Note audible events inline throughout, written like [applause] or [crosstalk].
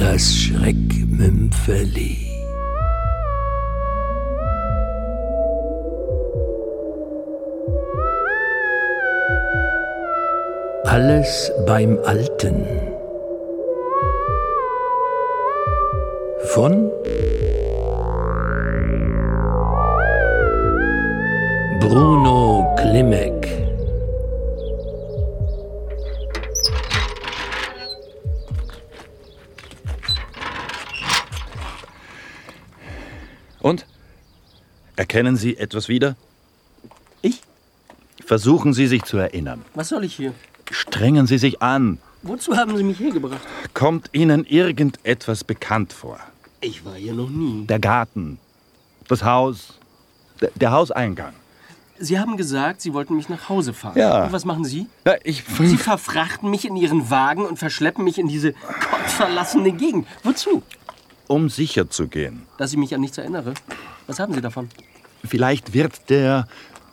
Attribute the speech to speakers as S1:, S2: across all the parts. S1: als Schreck mim verlieh. Alles beim Alten. Von Bruno Klimek.
S2: Und? Erkennen Sie etwas wieder?
S3: Ich?
S2: Versuchen Sie sich zu erinnern.
S3: Was soll ich hier?
S2: Strengen Sie sich an.
S3: Wozu haben Sie mich hergebracht?
S2: Kommt Ihnen irgendetwas bekannt vor?
S3: Ich war hier noch nie.
S2: Der Garten, das Haus, der, der Hauseingang.
S3: Sie haben gesagt, Sie wollten mich nach Hause fahren.
S2: Ja.
S3: Und was machen Sie?
S2: Ja, ich
S3: Sie verfrachten mich in Ihren Wagen und verschleppen mich in diese gottverlassene Gegend. Wozu?
S2: um sicher zu gehen.
S3: Dass ich mich an nichts erinnere. Was haben Sie davon?
S2: Vielleicht wird der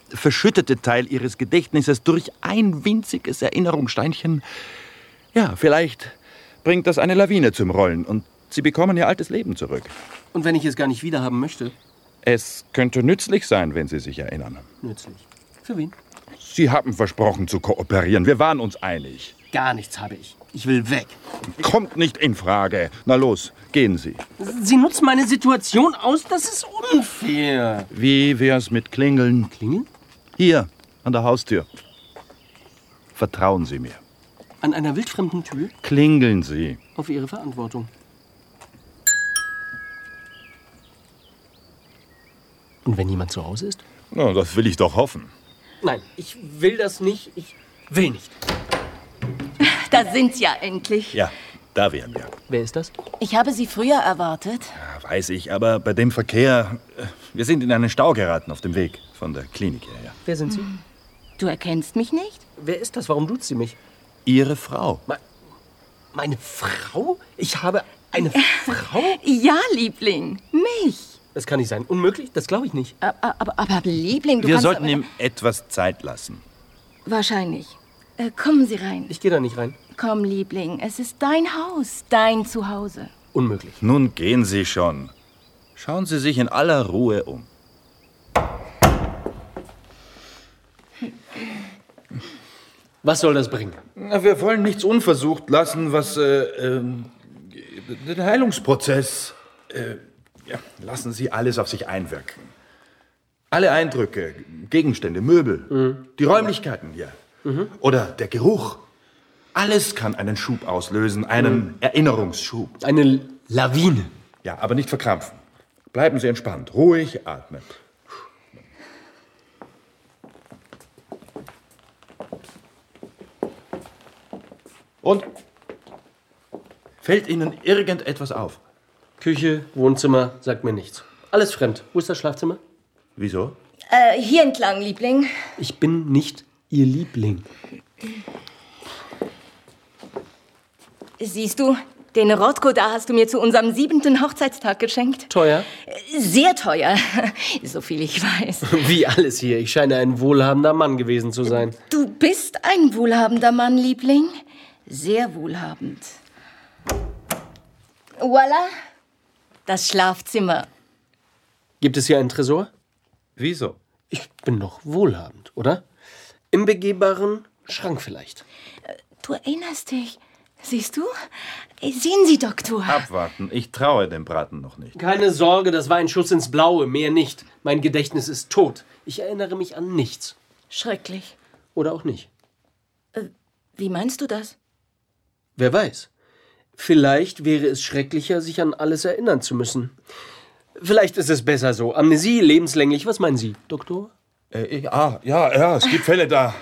S2: verschüttete Teil Ihres Gedächtnisses durch ein winziges Erinnerungssteinchen. Ja, vielleicht bringt das eine Lawine zum Rollen und Sie bekommen Ihr altes Leben zurück.
S3: Und wenn ich es gar nicht wiederhaben möchte?
S2: Es könnte nützlich sein, wenn Sie sich erinnern.
S3: Nützlich. Für wen?
S2: Sie haben versprochen zu kooperieren. Wir waren uns einig.
S3: Gar nichts habe ich. Ich will weg.
S2: Kommt nicht in Frage. Na los, gehen Sie.
S3: Sie nutzen meine Situation aus. Das ist unfair.
S2: Wie wär's mit Klingeln?
S3: Klingeln?
S2: Hier, an der Haustür. Vertrauen Sie mir.
S3: An einer wildfremden Tür?
S2: Klingeln Sie.
S3: Auf Ihre Verantwortung. Und wenn jemand zu Hause ist?
S2: Na, das will ich doch hoffen.
S3: Nein, ich will das nicht. Ich will nicht.
S4: Da sind Sie ja endlich.
S2: Ja, da wären wir.
S3: Wer ist das?
S4: Ich habe Sie früher erwartet.
S2: Ja, weiß ich, aber bei dem Verkehr. äh, Wir sind in einen Stau geraten auf dem Weg von der Klinik her. Ja.
S3: Wer sind Sie?
S4: Du erkennst mich nicht?
S3: Wer ist das? Warum duzt sie mich?
S2: Ihre Frau.
S3: Me- Meine Frau? Ich habe eine Frau?
S4: Ja, Liebling. Mich.
S3: Das kann nicht sein. Unmöglich? Das glaube ich nicht.
S4: Aber, aber, aber Liebling, du
S2: Wir
S4: kannst
S2: sollten
S4: aber,
S2: ihm etwas Zeit lassen.
S4: Wahrscheinlich. Äh, kommen Sie rein.
S3: Ich gehe da nicht rein.
S4: Komm, Liebling. Es ist dein Haus, dein Zuhause.
S3: Unmöglich.
S2: Nun gehen Sie schon. Schauen Sie sich in aller Ruhe um.
S3: Was soll das bringen?
S2: Na, wir wollen nichts unversucht lassen, was äh, ähm, den Heilungsprozess. Äh, ja, lassen Sie alles auf sich einwirken. Alle Eindrücke, Gegenstände, Möbel, die Räumlichkeiten hier oder der Geruch. Alles kann einen Schub auslösen, einen Erinnerungsschub.
S3: Eine Lawine.
S2: Ja, aber nicht verkrampfen. Bleiben Sie entspannt, ruhig atmen. Und fällt Ihnen irgendetwas auf?
S3: Küche, Wohnzimmer, sagt mir nichts. Alles fremd. Wo ist das Schlafzimmer?
S2: Wieso?
S4: Äh, hier entlang, Liebling.
S3: Ich bin nicht Ihr Liebling.
S4: Siehst du, den Rotko da hast du mir zu unserem siebenten Hochzeitstag geschenkt. Äh,
S3: Teuer?
S4: Sehr teuer, [laughs] so viel ich
S3: [laughs]
S4: weiß.
S3: Wie alles hier. Ich scheine ein wohlhabender Mann gewesen zu sein.
S4: Du bist ein wohlhabender Mann, Liebling. Sehr wohlhabend. Voila, das Schlafzimmer.
S3: Gibt es hier einen Tresor?
S2: Wieso?
S3: Ich bin doch wohlhabend, oder? Im begehbaren Schrank vielleicht.
S4: Du erinnerst dich. Siehst du? Äh, Sehen Sie, Doktor.
S2: Abwarten, ich traue dem Braten noch nicht.
S3: Keine Sorge, das war ein Schuss ins Blaue, mehr nicht. Mein Gedächtnis ist tot. Ich erinnere mich an nichts.
S4: Schrecklich.
S3: Oder auch nicht.
S4: Wie meinst du das?
S3: Wer weiß. Vielleicht wäre es schrecklicher, sich an alles erinnern zu müssen. Vielleicht ist es besser so. Amnesie, lebenslänglich. Was meinen Sie, Doktor?
S2: ah, ja, ja, es gibt Fälle, da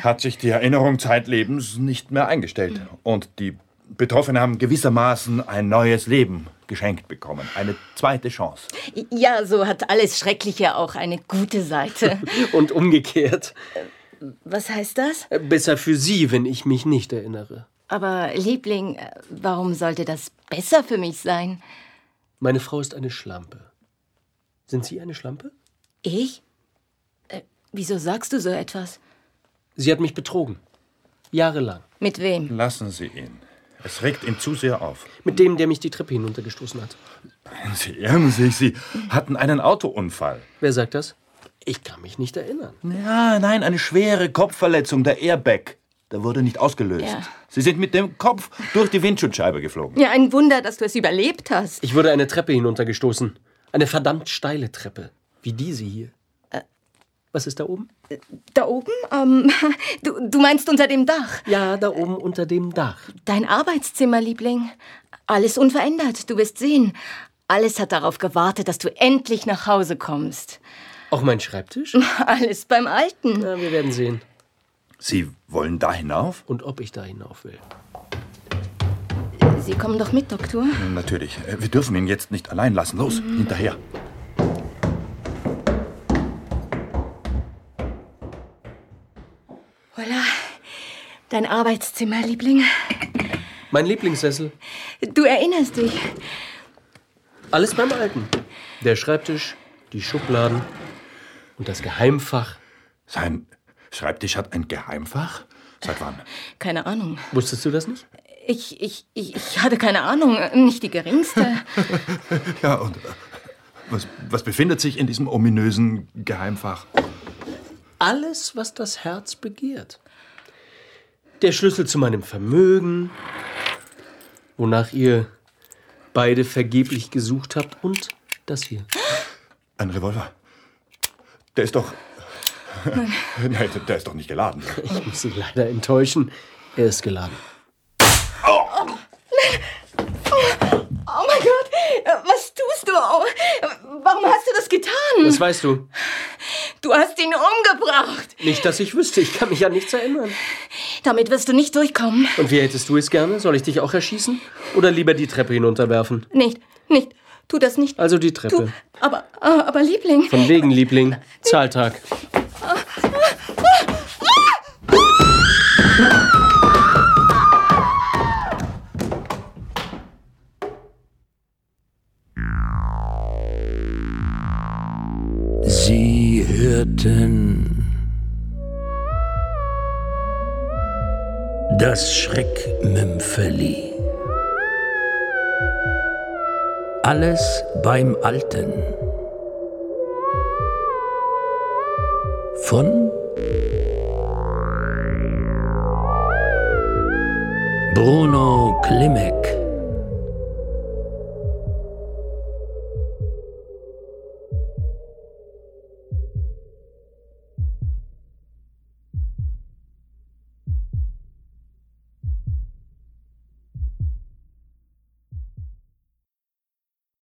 S2: hat sich die Erinnerung zeitlebens nicht mehr eingestellt. Und die Betroffenen haben gewissermaßen ein neues Leben geschenkt bekommen. Eine zweite Chance.
S4: Ja, so hat alles Schreckliche auch eine gute Seite.
S3: Und umgekehrt.
S4: Was heißt das?
S3: Besser für Sie, wenn ich mich nicht erinnere.
S4: Aber Liebling, äh, warum sollte das besser für mich sein?
S3: Meine Frau ist eine Schlampe. Sind Sie eine Schlampe?
S4: Ich? Äh, wieso sagst du so etwas?
S3: Sie hat mich betrogen. Jahrelang.
S4: Mit wem?
S2: Hm. Lassen Sie ihn. Es regt ihn zu sehr auf.
S3: Mit dem, der mich die Treppe hinuntergestoßen hat.
S2: Sie ärmen sich, Sie hatten einen Autounfall.
S3: Wer sagt das? Ich kann mich nicht erinnern.
S2: Ja, nein, eine schwere Kopfverletzung, der Airbag. Der wurde nicht ausgelöst.
S4: Ja.
S2: Sie sind mit dem Kopf durch die Windschutzscheibe geflogen.
S4: Ja, ein Wunder, dass du es überlebt hast.
S3: Ich wurde eine Treppe hinuntergestoßen. Eine verdammt steile Treppe. Wie diese hier. Was ist da oben?
S4: Da oben? Ähm, [laughs] du, du meinst unter dem Dach.
S3: Ja, da oben unter dem Dach.
S4: Dein Arbeitszimmer, Liebling. Alles unverändert, du wirst sehen. Alles hat darauf gewartet, dass du endlich nach Hause kommst.
S3: Auch mein Schreibtisch?
S4: [laughs] Alles beim Alten.
S3: Na, wir werden sehen.
S2: Sie wollen da hinauf?
S3: Und ob ich da hinauf will.
S4: Sie kommen doch mit, Doktor.
S2: Natürlich. Äh, Wir dürfen ihn jetzt nicht allein lassen. Los, hinterher.
S4: Hola. Dein Arbeitszimmer, Liebling.
S3: Mein Lieblingssessel.
S4: Du erinnerst dich.
S3: Alles beim Alten. Der Schreibtisch, die Schubladen und das Geheimfach.
S2: Sein Schreibtisch hat ein Geheimfach? Seit wann?
S4: Keine Ahnung.
S3: Wusstest du das nicht?
S4: Ich, ich, ich, ich hatte keine Ahnung. Nicht die geringste.
S2: Ja, und äh, was, was befindet sich in diesem ominösen Geheimfach?
S3: Alles, was das Herz begehrt. Der Schlüssel zu meinem Vermögen, wonach ihr beide vergeblich gesucht habt und das hier.
S2: Ein Revolver. Der ist doch. [laughs] Nein, der- der ist doch nicht geladen.
S3: Ich muss Sie leider enttäuschen. Er ist geladen.
S4: [laughs] Oh mein Gott. Was tust du? Oh, Warum hast du das getan?
S3: Das weißt du.
S4: Du hast ihn umgebracht.
S3: Nicht, dass ich wüsste. Ich kann mich an nichts erinnern.
S4: Damit wirst du nicht durchkommen.
S3: Und wie hättest du es gerne? Soll ich dich auch erschießen? Oder lieber die Treppe hinunterwerfen?
S4: Nicht, nicht. Tu das nicht.
S3: Also die
S4: Du,
S3: Treppe.
S4: aber, ah, aber Liebling.
S3: Von wegen, Liebling. Zahltag.
S1: Sie hörten das Schreckmümpfeli. Alles beim Alten. Von Bruno Klimek.